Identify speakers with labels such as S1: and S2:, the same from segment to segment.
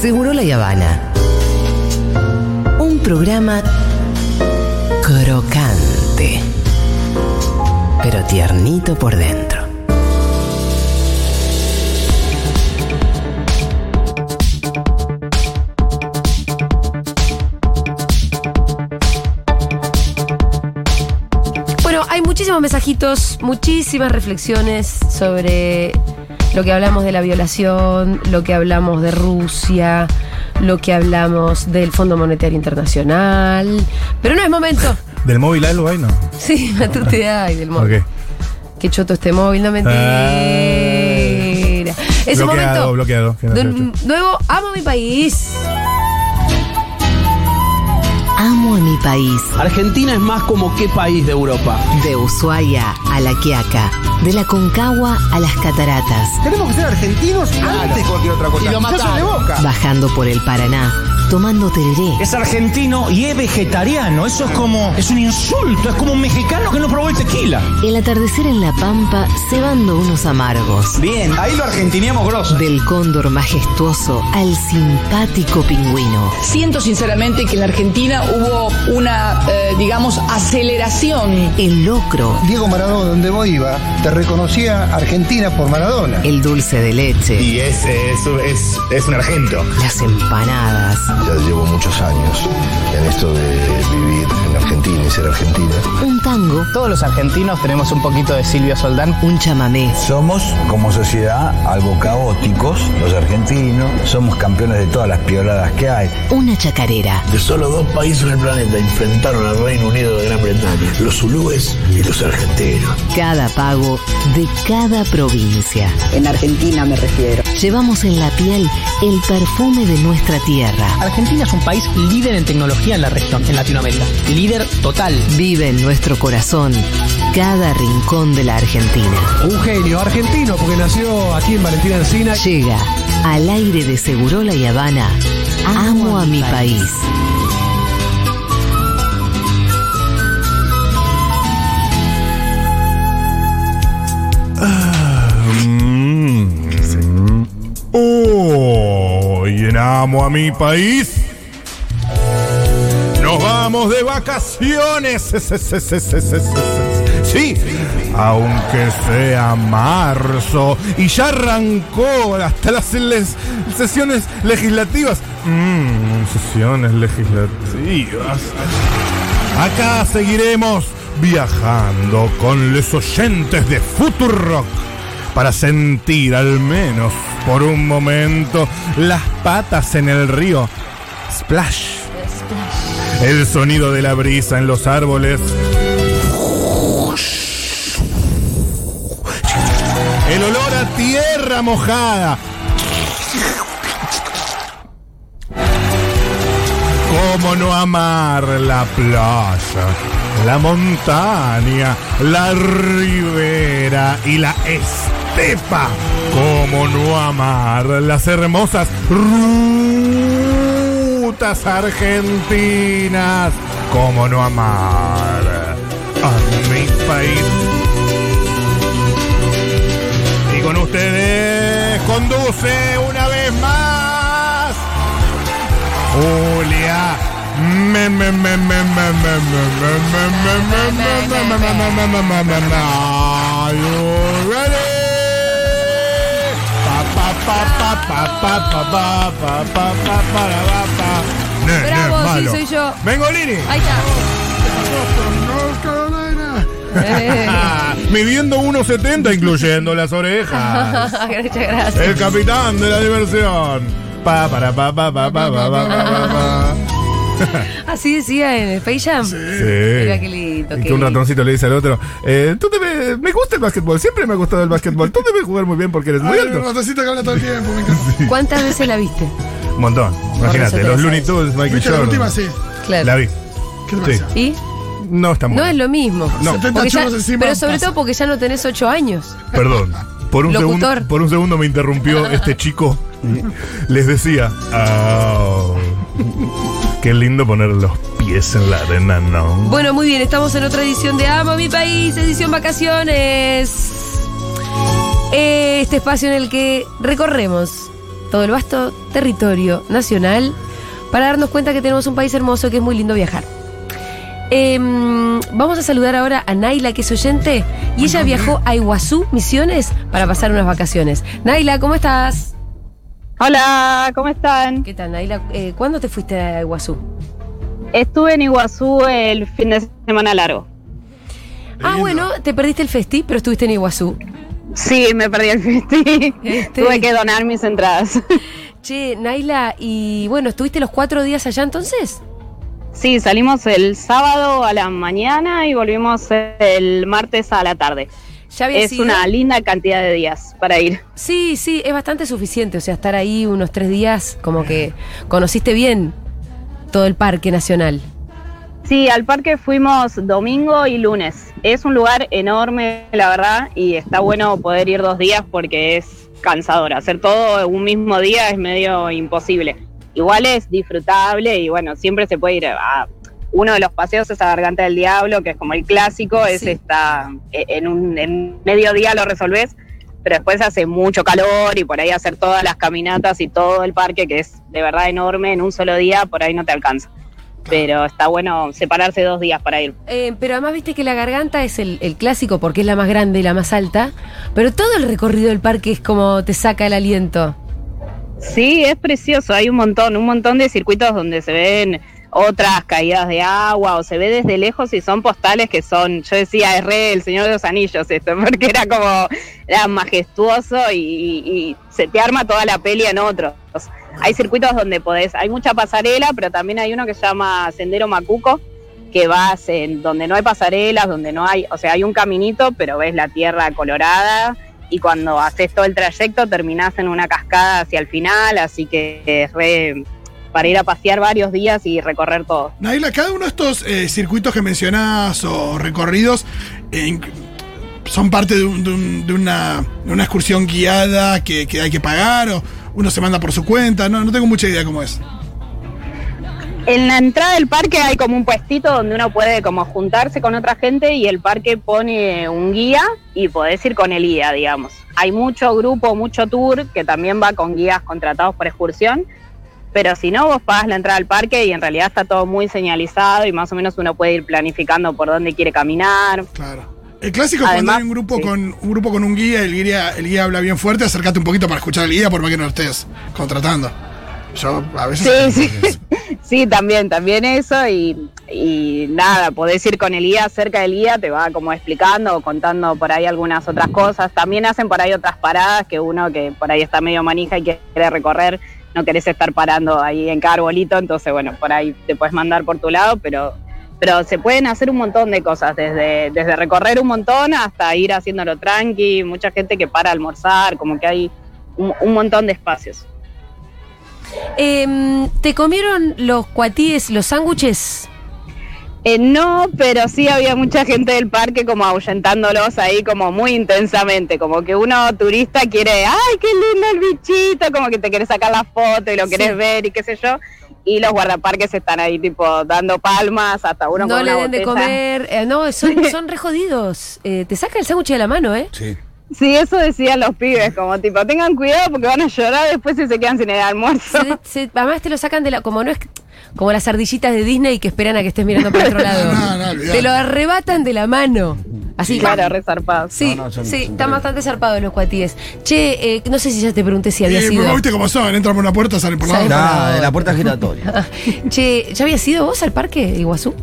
S1: Seguro la Habana. Un programa crocante, pero tiernito por dentro.
S2: Bueno, hay muchísimos mensajitos, muchísimas reflexiones sobre lo que hablamos de la violación, lo que hablamos de Rusia, lo que hablamos del Fondo Monetario Internacional. Pero no es momento.
S3: ¿Del móvil algo hay? No.
S2: Sí, Matute ay, del móvil.
S3: Ok.
S2: Qué choto este móvil, no mentira. es un
S3: Bloqueado,
S2: momento
S3: bloqueado, que no
S2: de
S3: sea
S2: un nuevo amo mi país.
S1: Amo a mi país.
S4: Argentina es más como qué país de Europa.
S1: De Ushuaia a La Quiaca, de la Concagua a las Cataratas,
S5: Tenemos que ser argentinos antes que cualquier otra cosa.
S4: Y lo
S5: Quizás
S4: mataron.
S5: de boca.
S1: bajando por el Paraná, tomando tereré,
S6: Es argentino y es vegetariano. Eso es como. Es un insulto. Es como un mexicano que no probó el tequila.
S1: el atardecer en la pampa cebando unos amargos,
S6: Bien.
S5: Ahí lo argentineamos grosso.
S1: del cóndor majestuoso al simpático pingüino.
S7: Siento sinceramente que en la Argentina hubo una, eh, digamos, aceleración.
S1: El locro,
S5: Diego Maradona, donde vos iba, te reconocía Argentina por Maradona.
S1: el dulce de leche,
S8: Y es, es, es, es un argento.
S1: las empanadas,
S8: Ya llevo muchos años en esto de vivir en Argentina y ser argentina.
S1: un tango,
S4: Todos los argentinos tenemos un poquito de Silvio Soldán.
S1: un chamamé,
S9: Somos como sociedad algo caóticos, los argentinos, somos campeones de todas las pioladas que hay.
S1: una chacarera,
S8: De solo dos países en el planeta enfrentaron al Reino Unido de Gran Bretaña, los zulúes y los argentinos.
S1: cada pago de cada provincia.
S7: En Argentina me refiero.
S1: Llevamos en la piel el perfume de nuestra tierra.
S4: Argentina es un país líder en tecnología en la región, en Latinoamérica. Líder total.
S1: Vive en nuestro corazón cada rincón de la Argentina.
S5: Un genio argentino, porque nació aquí en Valentina Encina.
S1: Llega al aire de Segurola y Habana. Amo a mi país.
S3: Mm. Hoy en Amo a mi país. Nos vamos de vacaciones. Sí, aunque sea marzo y ya arrancó hasta las les- sesiones legislativas. Mm, sesiones legislativas. Acá seguiremos viajando con los oyentes de Futurock para sentir al menos por un momento las patas en el río. Splash. El sonido de la brisa en los árboles. El olor a tierra mojada. ¿Cómo no amar la plaza, la montaña, la ribera y la estepa? ¿Cómo no amar las hermosas rutas argentinas? ¿Cómo no amar a mi país? Y con ustedes conduce una vez más Julia. Me, me, me, me, me, me, me, me, me, me, me, me, me, me, me, me, me, me, me, me. Are you ready? Pa, pa, pa, pa, pa, pa, pa, pa, pa, pa, pa, para, pa, pa. Ne, ne,
S2: Bravo, sí,
S3: malo.
S2: soy yo.
S3: Mengolini.
S2: Ahí está. Eh,
S3: Midiendo 1.70 incluyendo las orejas.
S2: muchas gracias.
S3: El capitán de la diversión. Pa, para, pa, pa, pa, pa, pa, pa, pa, pa, pa.
S2: Así decía en el Space Jam.
S3: Sí.
S2: Mira qué lindo.
S3: Y
S2: qué
S3: que un
S2: lindo.
S3: ratoncito le dice al otro, eh, tú debes, me gusta el básquetbol, siempre me ha gustado el básquetbol, tú debes jugar muy bien porque eres muy alto.
S5: ratoncito que habla todo el tiempo, me encanta.
S2: ¿Cuántas veces la viste?
S3: Un montón,
S2: eso
S3: imagínate,
S2: te
S3: los
S2: la
S3: Looney
S2: sabes.
S3: Tunes, Michael
S5: Viste la
S3: Jordan.
S5: última, sí.
S2: Claro.
S3: La vi.
S5: ¿Qué te
S3: Sí.
S5: pasa?
S2: ¿Y?
S3: No está
S2: No es
S3: mal.
S2: lo mismo.
S3: No.
S5: 70
S2: Porque ya-
S5: churros encima,
S2: pero sobre
S5: pasa.
S2: todo porque ya no tenés ocho años.
S3: Perdón. Por un,
S2: Locutor.
S3: segundo, por un segundo me interrumpió este chico. Les decía, "Au, qué lindo poner los pies en la arena, ¿no?
S2: Bueno, muy bien, estamos en otra edición de Amo a mi país, edición vacaciones. Este espacio en el que recorremos todo el vasto territorio nacional para darnos cuenta que tenemos un país hermoso que es muy lindo viajar. Em, vamos a saludar ahora a Naila, que es oyente, y ella viajó a Iguazú, Misiones, para pasar unas vacaciones. Naila, ¿cómo estás?
S10: Hola, ¿cómo están?
S2: ¿Qué tal, Naila? Eh, ¿Cuándo te fuiste a Iguazú?
S10: Estuve en Iguazú el fin de semana largo.
S2: Ah, bueno, te perdiste el festi, pero estuviste en Iguazú.
S10: Sí, me perdí el festi.
S2: Este.
S10: Tuve que donar mis entradas.
S2: Che, Naila, y bueno, ¿estuviste los cuatro días allá entonces?
S10: Sí, salimos el sábado a la mañana y volvimos el martes a la tarde.
S2: Ya había
S10: Es
S2: sido-
S10: una linda cantidad de días para ir.
S2: Sí, sí, es bastante suficiente. O sea, estar ahí unos tres días, como que conociste bien todo el Parque Nacional.
S10: Sí, al parque fuimos domingo y lunes. Es un lugar enorme, la verdad, y está bueno poder ir dos días porque es cansador. Hacer todo un mismo día es medio imposible. Igual es disfrutable y bueno, siempre se puede ir a... Uno de los paseos es a Garganta del Diablo, que es como el clásico, es
S2: Sí.
S10: está en un en medio día lo resolvés, pero después hace mucho calor y por ahí hacer todas las caminatas y todo el parque, que es de verdad enorme, en un solo día, por ahí no te alcanza pero está bueno separarse dos días para ir.
S2: Eh, pero además viste que la garganta es el, el clásico porque es la más grande y la más alta. Pero todo el recorrido del parque es como te saca el aliento.
S10: Sí, es precioso, hay un montón, un montón de circuitos donde se ven otras caídas de agua o se ve desde lejos y son postales que son, yo decía, es re el Señor de los Anillos esto, porque era como, era majestuoso y, y se te arma toda la peli en otros. Hay circuitos donde podés, hay mucha pasarela, pero también hay uno que se llama Sendero Macuco, que vas en donde no hay pasarelas, donde no hay, o sea, hay un caminito, pero ves la tierra colorada y cuando haces todo el trayecto terminás en una cascada hacia el final, así que es re para ir a pasear varios días y recorrer todo.
S11: Naila, cada uno de estos eh, circuitos que mencionás o recorridos eh, inc- son parte de, un- de un- de una, de una excursión guiada que, que hay que pagar o uno se manda por su cuenta. No, no tengo mucha idea cómo es.
S10: En la entrada del parque hay como un puestito donde uno puede como juntarse con otra gente y el parque pone un guía y podés ir con el guía, digamos. Hay mucho grupo, mucho tour que también va con guías contratados por excursión, pero si no, vos pagás la entrada al parque y en realidad está todo muy señalizado y más o menos uno puede ir planificando por dónde quiere caminar.
S11: Claro. El clásico es cuando
S10: Además,
S11: hay un grupo,
S10: sí.
S11: con, un grupo con un guía, el guía, el guía habla bien fuerte, acércate un poquito para escuchar al guía por más que no lo estés contratando. Yo a veces...
S10: Sí, sí. Sí, también, también eso y, y nada, podés ir con el guía, cerca del guía te va como explicando o contando por ahí algunas otras cosas. También hacen por ahí otras paradas que uno que por ahí está medio manija y quiere recorrer, no querés estar parando ahí en cada arbolito, entonces bueno, por ahí te puedes mandar por tu lado, pero pero se pueden hacer un montón de cosas, desde, desde recorrer un montón hasta ir haciéndolo tranqui, mucha gente que para a almorzar, como que hay un- un montón de espacios.
S2: Em, ¿Te comieron los cuatíes, los sándwiches?
S10: Eh, no, pero sí había mucha gente del parque como ahuyentándolos ahí como muy intensamente, como que uno turista quiere, ay, qué lindo el bichito, como que te querés sacar la foto y lo querés ver y qué sé yo, y los guardaparques están ahí tipo dando palmas hasta uno
S2: no
S10: con
S2: le
S10: una
S2: den de
S10: botella.
S2: comer. Eh, no, son, son re jodidos. Eh, te saca el sándwich de la mano, ¿eh?
S9: Sí.
S10: Sí, eso decían los pibes, como tipo, tengan cuidado porque van a llorar después si se quedan sin el almuerzo.
S2: Se- se- además te lo sacan de la. Como no es. Como las ardillitas de Disney que esperan a que estés mirando para otro lado.
S11: No, no, olvidate.
S2: te lo arrebatan de la mano. Así
S10: Claro, resarpado.
S2: Sí,
S9: No, no, son-
S2: sí,
S9: son
S2: están bastante zarpados los cuatíes. Che, eh, no sé si ya te pregunté si había
S11: Eh,
S2: sido.
S11: pero viste cómo son, entran por una puerta, salen por la
S2: Salen
S11: otra.
S9: Está de la puerta giratoria.
S2: Che, ¿ya habías sido vos al parque de Iguazú?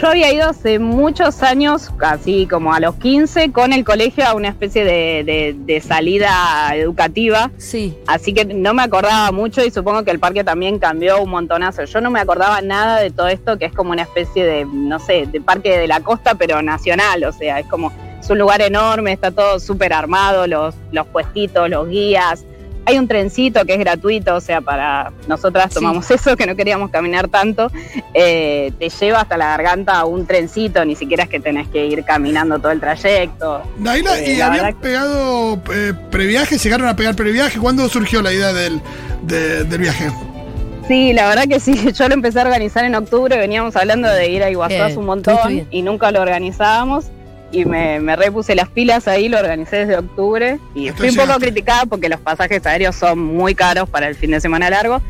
S10: Yo había ido hace muchos años, casi como a los 15, con el colegio a una especie de, de- de salida educativa.
S2: Sí.
S10: Así que no me acordaba mucho y supongo que el parque también cambió un montonazo. Yo no me acordaba nada de todo esto, que es como una especie de, no sé, de parque de la costa, pero nacional. O sea, es como, es un lugar enorme, está todo súper armado, los, los puestitos, los guías. Hay un trencito que es gratuito, o sea, para nosotras
S2: Sí.
S10: tomamos eso, que no queríamos caminar tanto. Eh, te lleva hasta la garganta un trencito, ni siquiera es que tenés que ir caminando todo el trayecto.
S11: Naila,
S10: Eh,
S11: ¿y
S10: la
S11: habían
S10: verdad
S11: pegado eh, previaje? ¿Llegaron a pegar previaje? ¿Cuándo surgió la idea del, de- del viaje?
S10: Sí, la verdad que sí. Yo lo empecé a organizar en octubre. Veníamos hablando de ir a Iguazú
S2: Bien,
S10: hace un
S2: estuviste
S10: montón
S2: bien.
S10: y nunca lo organizábamos. y me, me repuse las pilas ahí, lo organicé desde octubre y fui un poco criticada porque los pasajes aéreos son muy caros para el fin de semana largo,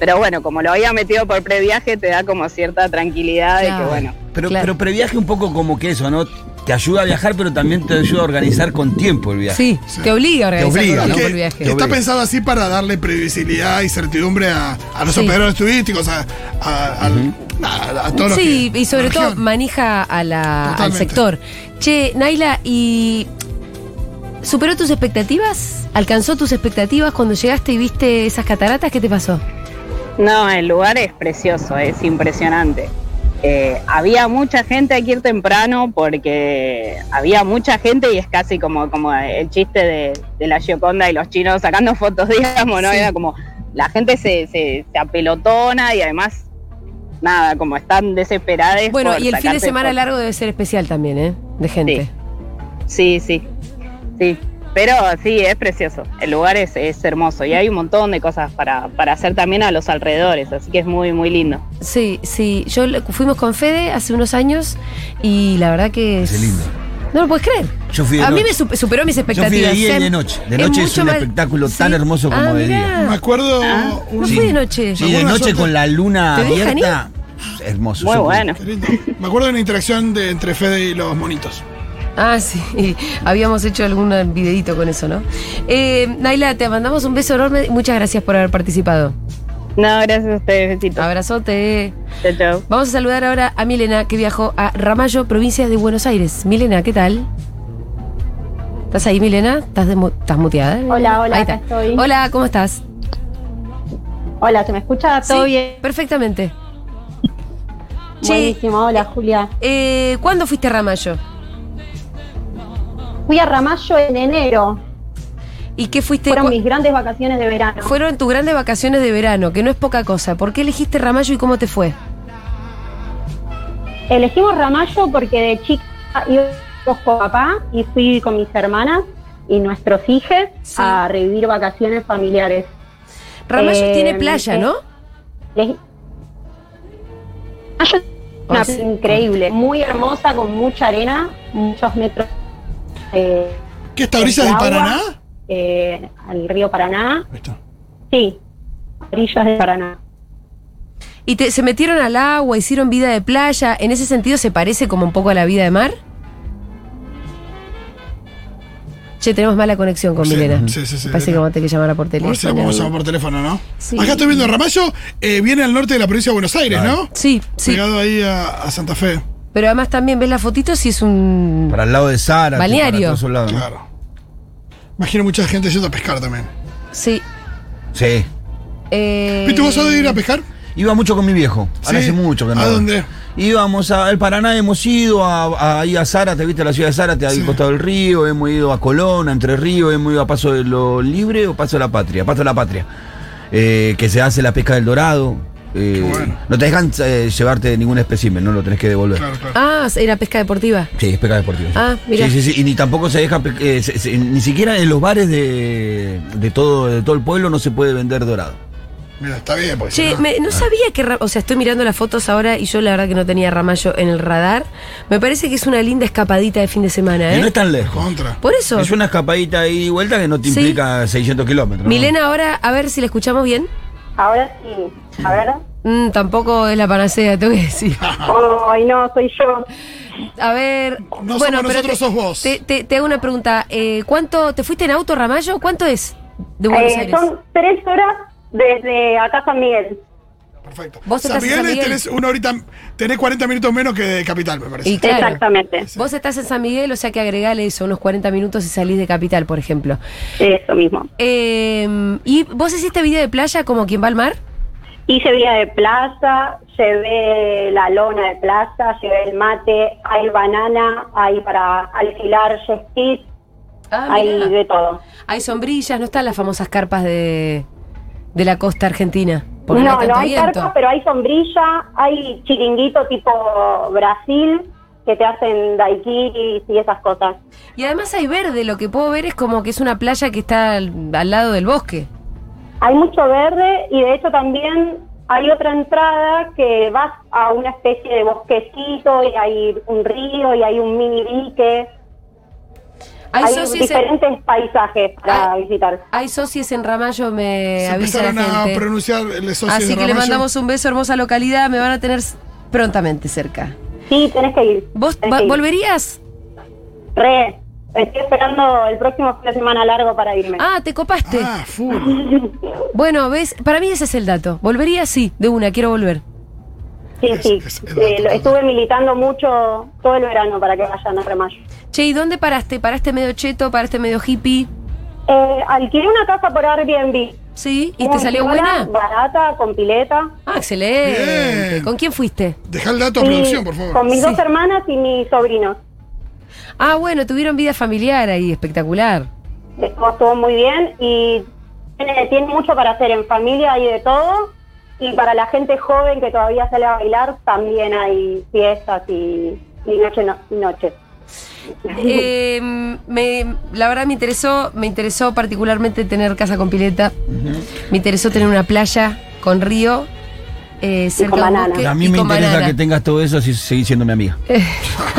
S10: pero bueno, como lo había metido por previaje, te da como cierta tranquilidad de que bueno.
S12: Pero, pero previaje un poco como que eso, ¿no? Te ayuda a viajar, pero también te ayuda a organizar con tiempo el viaje.
S2: Sí, te obliga a
S12: Te
S2: organizar
S12: obliga,
S2: con
S12: ¿no?
S2: tiempo
S12: Porque
S2: el viaje.
S12: te
S11: Está
S12: obliga.
S11: pensado así para darle previsibilidad y certidumbre a, a los
S2: Sí.
S11: operadores turísticos, a, a- al- a- a todos los
S2: Sí,
S11: que-
S2: y sobre
S11: la
S2: todo
S11: región.
S2: manija a la, al
S11: Totalmente.
S2: sector. Che, Naila, ¿y superó tus expectativas? ¿Alcanzó tus expectativas cuando llegaste y viste esas cataratas? ¿Qué te pasó?
S10: No, el lugar es precioso, es impresionante. Eh, había mucha gente, hay que ir temprano porque había mucha gente y es casi como, como el chiste de, de la Gioconda y los chinos sacando fotos, digamos, ¿no?
S7: Sí.
S10: Era como la gente se, se, se apelotona y además, nada, como están desesperadas.
S2: Bueno,
S10: por
S2: y el fin de
S10: sacarse
S2: semana
S10: fotos.
S2: largo debe ser especial también, ¿eh? De gente.
S10: Sí, sí, sí. Pero sí, es precioso. El lugar es, es hermoso y hay un montón de cosas para, para hacer también a los alrededores, así que es muy, muy lindo.
S2: Sí, sí. Yo le- fuimos con Fede hace unos años y la verdad que es.
S12: Qué lindo.
S2: No lo puedes creer.
S12: Yo fui de
S2: a mí
S12: noche.
S2: me supe- superó mis
S12: Yo fui de
S2: expectativas.
S12: día y de
S2: Es-
S12: noche. De noche es,
S2: mucho
S12: un
S2: más-
S12: espectáculo tan hermoso como
S2: Ah,
S12: de día.
S2: mirá.
S11: Me acuerdo.
S2: No
S12: Sí.
S2: fui de noche.
S12: Sí, de noche con la luna
S11: ¿Te dejan
S12: abierta. Hermoso. yo fui.
S11: Qué lindo. Me acuerdo de una interacción de, entre Fede y los monitos.
S2: Ah, sí. Habíamos hecho algún videito con eso, ¿no? Eh, Naila, te mandamos un beso enorme. y Muchas gracias por haber participado.
S10: No, gracias a ustedes. Besitos.
S2: Abrazote.
S10: Chao, chao.
S2: Vamos a saludar ahora a Milena, que viajó a Ramallo, provincia de Buenos Aires. Milena, ¿qué tal? ¿Estás ahí, Milena? ¿Estás, demu- estás muteada?
S13: Hola, hola,
S2: Ahí
S13: acá
S2: está.
S13: estoy.
S2: Hola, ¿cómo estás?
S13: Hola, ¿se me escucha? ¿Todo
S2: Sí,
S13: bien?
S2: Perfectamente. Che,
S13: Buenísimo, hola Julia.
S2: eh, ¿Cuándo fuiste a Ramallo?
S13: Fui a Ramallo en enero.
S2: ¿Y qué fuiste?
S13: Fueron
S2: cua-
S13: mis grandes vacaciones de verano.
S2: Fueron tus grandes vacaciones de verano, que no es poca cosa. ¿Por qué elegiste Ramallo y cómo te fue?
S13: Elegimos Ramallo porque de chica íbamos con papá y fui con mis hermanas y nuestros hijos a revivir vacaciones familiares.
S2: Ramallo
S13: Eh,
S2: tiene playa, ¿no?
S13: les- Ramallo es una
S2: Ah, sí.
S13: playa increíble, muy hermosa, con mucha arena, muchos metros. eh,
S11: ¿Qué está, orillas del
S13: agua,
S11: Paraná?
S13: eh, al río Paraná. Sí, orillas del Paraná.
S2: Y te- se metieron al agua, hicieron vida de playa. ¿En ese sentido se parece como un poco a la vida de mar? Che, tenemos mala conexión con Milena.
S11: sí, sí, sí,
S2: Me Parece que vamos a tener que llamarla por teléfono.
S11: Marcela, vamos a llamar por teléfono, ¿no?
S2: Sí.
S11: Acá estoy viendo Ramallo, eh, viene al norte de la provincia de Buenos Aires, ¿no?
S2: Sí, sí.
S11: Pegado ahí a, a Santa Fe.
S2: Pero además también ves las fotitos y es un...
S12: Para el lado de Sara.
S2: Balneario.
S12: Para todos esos lados, ¿no?
S11: Claro. Imagino mucha gente yendo a pescar también.
S2: Sí.
S12: Sí.
S2: Eh...
S11: ¿Viste vos sos de ir a pescar?
S12: Iba mucho con mi viejo. Ahora
S11: Sí.
S12: hace mucho que no.
S11: ¿A
S12: voy.
S11: dónde?
S12: Íbamos a- al Paraná, hemos ido a, a, ahí a Zárate, viste, a la ciudad de Zárate, ahí al costado del río, hemos ido a Colón, a Entre Ríos, hemos ido a Paso de lo Libre o Paso de la Patria, Paso de la Patria, eh, que se hace la pesca del dorado. eh, No te dejan eh, llevarte ningún espécimen, no lo tenés que devolver.
S2: Ah, era pesca deportiva.
S12: Sí, es pesca deportiva. sí.
S2: Ah, mira.
S12: Sí, sí, sí, y ni tampoco se deja, pe- eh, se- se- ni siquiera en los bares de, de todo, de todo el pueblo no se puede vender dorado.
S11: Mira, está bien, pues.
S2: Che, me-
S13: Ah.
S2: no sabía que... Ra- O sea, estoy mirando las fotos ahora y yo la verdad que no tenía Ramallo en el radar. Me parece que es una linda escapadita de fin de semana,
S12: Que no
S2: ¿eh?
S12: es tan lejos.
S2: Por eso.
S12: Es una escapadita ahí y vuelta que no te
S2: Sí.
S12: implica 600 kilómetros. ¿no?
S2: Milena, ahora a ver si la escuchamos bien.
S13: Ahora sí, ahora.
S2: Mm, tampoco es la panacea, tengo que decir.
S13: Ay, no, soy yo.
S2: A ver,
S13: Ah. No
S2: bueno,
S13: somos
S2: pero
S13: nosotros,
S2: te,
S13: sos vos.
S2: Te, te- te hago una pregunta. Eh, ¿Cuánto te fuiste en auto, Ramallo? ¿Cuánto es de Buenos
S13: Eh,
S2: Aires?
S13: son tres horas desde acá San Miguel.
S2: Vos
S11: San
S2: estás en
S11: Miguel,
S2: San Miguel.
S11: tenés una horita, tenés 40 minutos menos que de Capital, me parece.
S2: Y claro.
S13: Exactamente.
S2: Vos estás en San Miguel, o sea que agregale eso, unos 40 minutos y salís de Capital, por ejemplo.
S13: Eso mismo.
S2: Eh, ¿Y vos hiciste vida de playa como quien va al mar?
S13: Hice vía de plaza, llevé la lona de plaza, llevé el mate, hay banana, hay para alquilar jet skis,
S2: Ah,
S13: hay
S2: mirá.
S13: de todo.
S2: Hay sombrillas, no están las famosas carpas de, de la costa argentina. Porque no,
S13: no,
S2: hay
S13: no
S2: tanto
S13: hay
S2: viento.
S13: carpa, pero hay sombrilla, hay chiringuito tipo Brasil que te hacen daiquiris y esas cosas.
S2: Y además hay verde, lo que puedo ver es como que es una playa que está al, al lado del bosque.
S13: Hay mucho verde y de hecho también
S10: Hay otra entrada que vas a una especie de bosquecito y hay un río y hay un mini dique.
S2: Hay
S10: Hay,
S2: socios en-
S10: diferentes paisajes para
S2: Ah.
S10: visitar.
S2: Hay socios en Ramallo, me
S3: Se
S2: avisa la
S3: empezaron a
S2: gente.
S3: pronunciar les socios
S2: Así
S3: de
S2: que le
S3: Ramallo.
S2: mandamos un beso, hermosa localidad. Me van a tener s- prontamente cerca.
S10: Sí, tenés que ir.
S2: ¿Vos
S10: tenés
S2: va-
S10: que ir.
S2: volverías?
S10: Re, estoy esperando el próximo fin de semana largo para irme.
S2: Ah, te copaste.
S3: Ah, full.
S2: Bueno, ves, para mí ese es el dato. Volvería sí, de una, quiero volver.
S10: Sí, sí. Eh, lo- estuve militando mucho todo el verano para que vayan a Ramallo.
S2: Che, ¿y dónde paraste? ¿Paraste medio cheto? ¿Paraste medio hippie?
S10: Eh, alquilé una casa por Airbnb.
S2: Sí, ¿y
S10: Una
S2: te salió
S10: zona
S2: buena?
S10: Barata, con pileta.
S2: Ah, excelente. ¿Con quién fuiste?
S3: Deja el dato a
S10: Sí,
S3: producción, por favor.
S10: Con mis
S2: Sí.
S10: dos hermanas y mis sobrinos.
S2: Ah, bueno, tuvieron vida familiar ahí, espectacular.
S10: Estuvo estuvo muy bien y tiene, tiene mucho para hacer en familia, hay de todo. Y para la gente joven que todavía sale a bailar, también hay fiestas y, y noche, no- noche.
S2: Eh, me, la verdad me interesó, me interesó particularmente tener casa con pileta. Me interesó tener una playa con río. Eh, cerca de un bosque
S12: A
S2: y
S12: mí me
S2: con Eh,
S12: interesa
S2: banana.
S12: que tengas todo eso si seguís siendo mi amiga.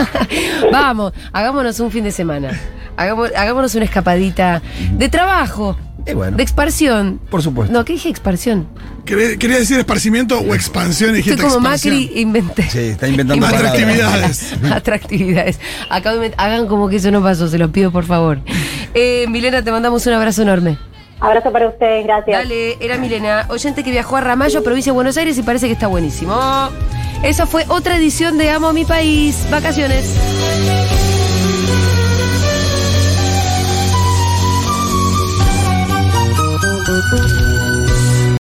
S2: Vamos, hagámonos un fin de semana. Hagamo- hagámonos una escapadita de trabajo,
S12: Y bueno,
S2: de expansión.
S12: por supuesto.
S2: No, ¿qué dije expansión?
S3: Quería, quería decir esparcimiento o expansión, dijiste
S2: Estoy como
S3: expansión.
S2: Macri, inventé.
S12: Sí, está inventando palabras.
S3: Atractividades.
S2: Atractividades. Acabo de invent- hagan como que eso no pasó, se los pido por favor. Eh, Milena, te mandamos un abrazo enorme.
S10: Abrazo para ustedes, gracias.
S2: Dale, era Milena, oyente que viajó a Ramallo, provincia de Buenos Aires, y parece que está buenísimo. Esa fue otra edición de Amo a mi país. Vacaciones.